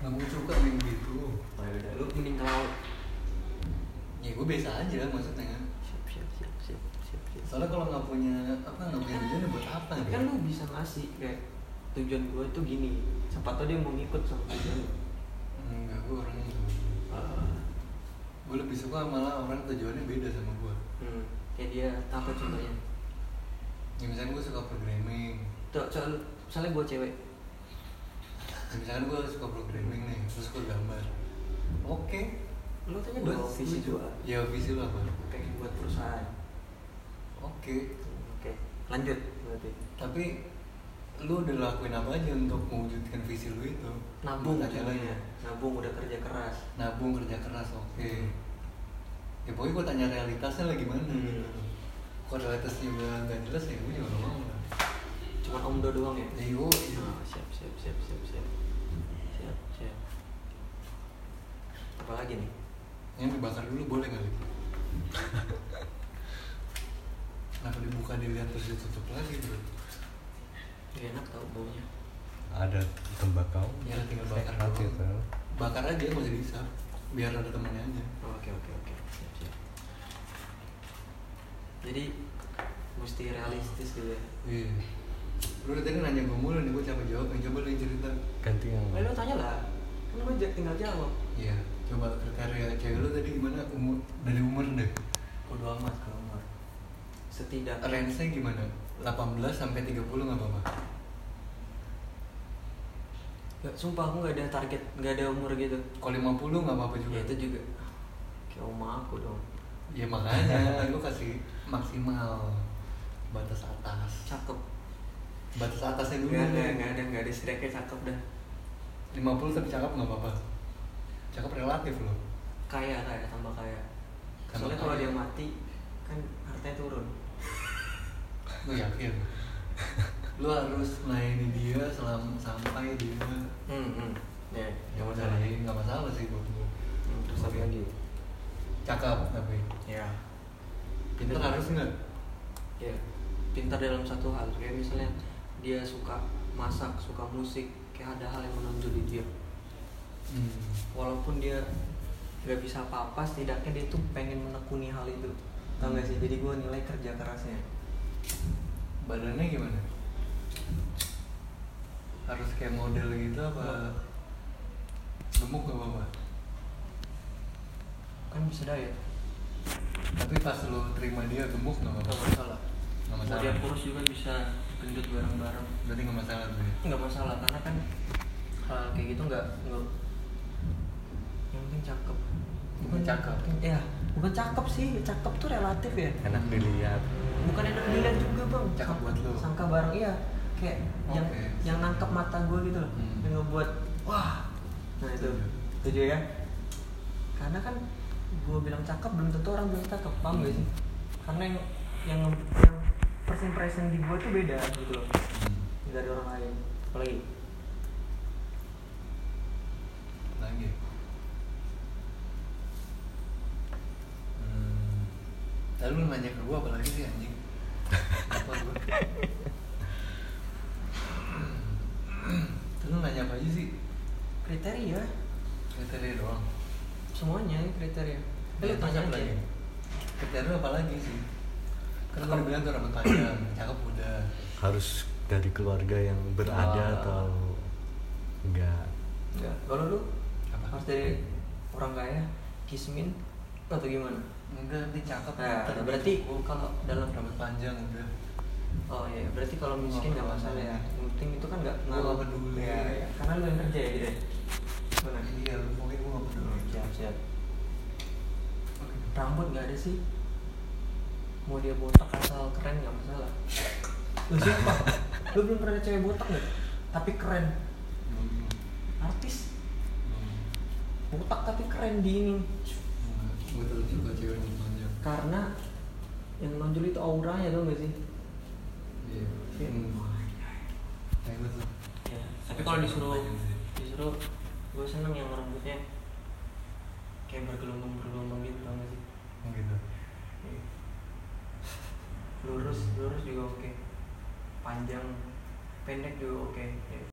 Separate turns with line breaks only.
nggak mungkin suka main gitu
Oh, ya udah.
lu
mending kau
ya gue biasa aja maksudnya
siap siap siap siap siap siap
soalnya kalau nggak punya apa nggak punya tujuan ya buat apa
tapi
gitu?
kan lu bisa ngasih kayak tujuan gue tuh gini siapa tau dia mau ngikut sama tujuan lu
enggak gue orangnya gitu gue lebih suka malah orang tujuannya beda sama gue
hmm. kayak dia apa contohnya
ya misalnya gue suka programming
Tuh, soal, soalnya gue cewek
ya, misalkan gue suka programming nih terus suka gambar oke
lu tanya
Gua
dong visi
setuju.
gue
ya visi lah Bang.
pengen buat perusahaan gitu.
oke
oke lanjut berarti
tapi lu udah lakuin apa aja untuk mewujudkan visi lu itu
nabung
Buat aja lagi.
caranya nabung udah kerja keras
nabung kerja keras oke
Hmm.
ya pokoknya gue tanya realitasnya lagi mana
Hmm.
gitu kalau realitasnya udah nggak jelas ya gue juga nggak mau lah
cuma omdo doang ya
ya yo
Ah, siap siap siap siap siap siap siap apa lagi nih
yang dibakar dulu boleh gitu? kali kenapa dibuka dilihat terus ditutup lagi gitu? bro
Gak enak tau baunya
ada tembakau
ya tinggal bakar
Satu
doang.
itu.
bakar aja nggak usah dihisap biar ada temennya aja
Oh, oke oke oke siap siap jadi mesti realistis gitu ya
iya lu dari tadi nanya gue mulu nih gue capek jawab yang coba lu yang cerita
ganti
Hmm.
Eh,
yang
lu tanya lah kan gue tinggal jawab
iya coba kriteria cewek lu tadi gimana umur dari umur deh
udah amat kalau umur setidak
range nya gimana 18 sampai 30 nggak apa-apa
Gak, sumpah aku gak ada target gak ada umur gitu
kalau 50 nggak apa-apa juga
ya itu juga kayak oma aku dong
ya makanya gue kasih maksimal batas atas
cakep
batas atasnya dulu
gak ada gak ada gak ada setidaknya cakep dah
50 tapi cakep nggak apa-apa cakep relatif loh
kaya kaya tambah kaya
Tambah
soalnya kalau
kaya.
dia mati kan hartanya turun
gue yakin lu harus melayani dia selama sampai dia
hmm, hmm. ya
ya
gak
masalah
masalah
ya nggak masalah sih buat gue
hmm, terus apa
Oke.
lagi
cakep tapi
ya
pinter harus nggak
ya pintar dalam satu hal kayak misalnya dia suka masak suka musik kayak ada hal yang menonjol di dia
hmm.
walaupun dia nggak bisa apa-apa setidaknya dia tuh pengen menekuni hal itu tau gak sih jadi gue nilai kerja kerasnya
badannya gimana harus kayak model gitu apa gemuk gak apa-apa
kan bisa diet
tapi pas lu terima dia gemuk gak
nggak
apa-apa
masalah
Nggak
Mau
masalah.
dia kurus juga bisa gendut bareng-bareng
berarti gak masalah tuh ya
nggak masalah karena kan hal kayak gitu nggak nggak yang penting cakep
Bukan cakep.
ya bukan cakep sih cakep tuh relatif ya
enak dilihat
Hmm,
bukan enak dilihat juga bang
Cakep buat lu.
sangka bareng iya kayak yang
Oke.
yang nangkep mata gue gitu loh
Hmm.
yang ngebuat wah nah itu
Setuju.
setuju ya karena kan gue bilang cakep belum tentu orang bilang cakep paham gak
Hmm.
sih karena yang yang, yang first impression di gue tuh beda gitu loh
Hmm.
dari orang lain apalagi
lagi Hmm. Tadi lu nanya ke gua apa lagi sih anjing? Apa gua? Tadi lu nanya apa aja sih?
kriteria
Kriteria doang.
semuanya ya kriteria Eh, lu
Terus
tanya
apa
aja
Iya, lagi? Kriteria lu apa lagi sih? Kan gua udah bilang tuh rambut panjang, cakep udah.
harus dari keluarga yang berada
Ah.
atau enggak
enggak kalau lu
Apa?
harus dari orang kaya kismin atau gimana
Enggak, nanti cakep.
Nah,
Ntar
berarti
cukup.
kalau dalam-
rambut panjang udah.
oh iya berarti kalau miskin nggak masalah ya yang penting itu kan nggak
Gua Oh, iya. nggak peduli.
ya, ya. karena lu yang kerja ya gitu ya? gimana
Iya, lu pokoknya gua gak peduli.
siap siap
Oke.
rambut nggak ada sih mau dia botak asal keren nggak masalah lu sumpah lu belum pernah ada cewek botak nggak tapi keren
Belum,
Hmm.
belum,
artis
belum.
botak tapi keren di ini
gue tahu juga cewek yang panjang
karena yang nonjol itu auranya tuh gak sih
iya
Iya.
Hmm. Nah, hebat tuh
ya. tapi kalau disuruh
Nah,
disuruh gue seneng yang rambutnya kayak bergelombang bergelombang gitu tau gak sih
Oh, gitu
lurus lurus juga oke panjang pendek juga oke ya.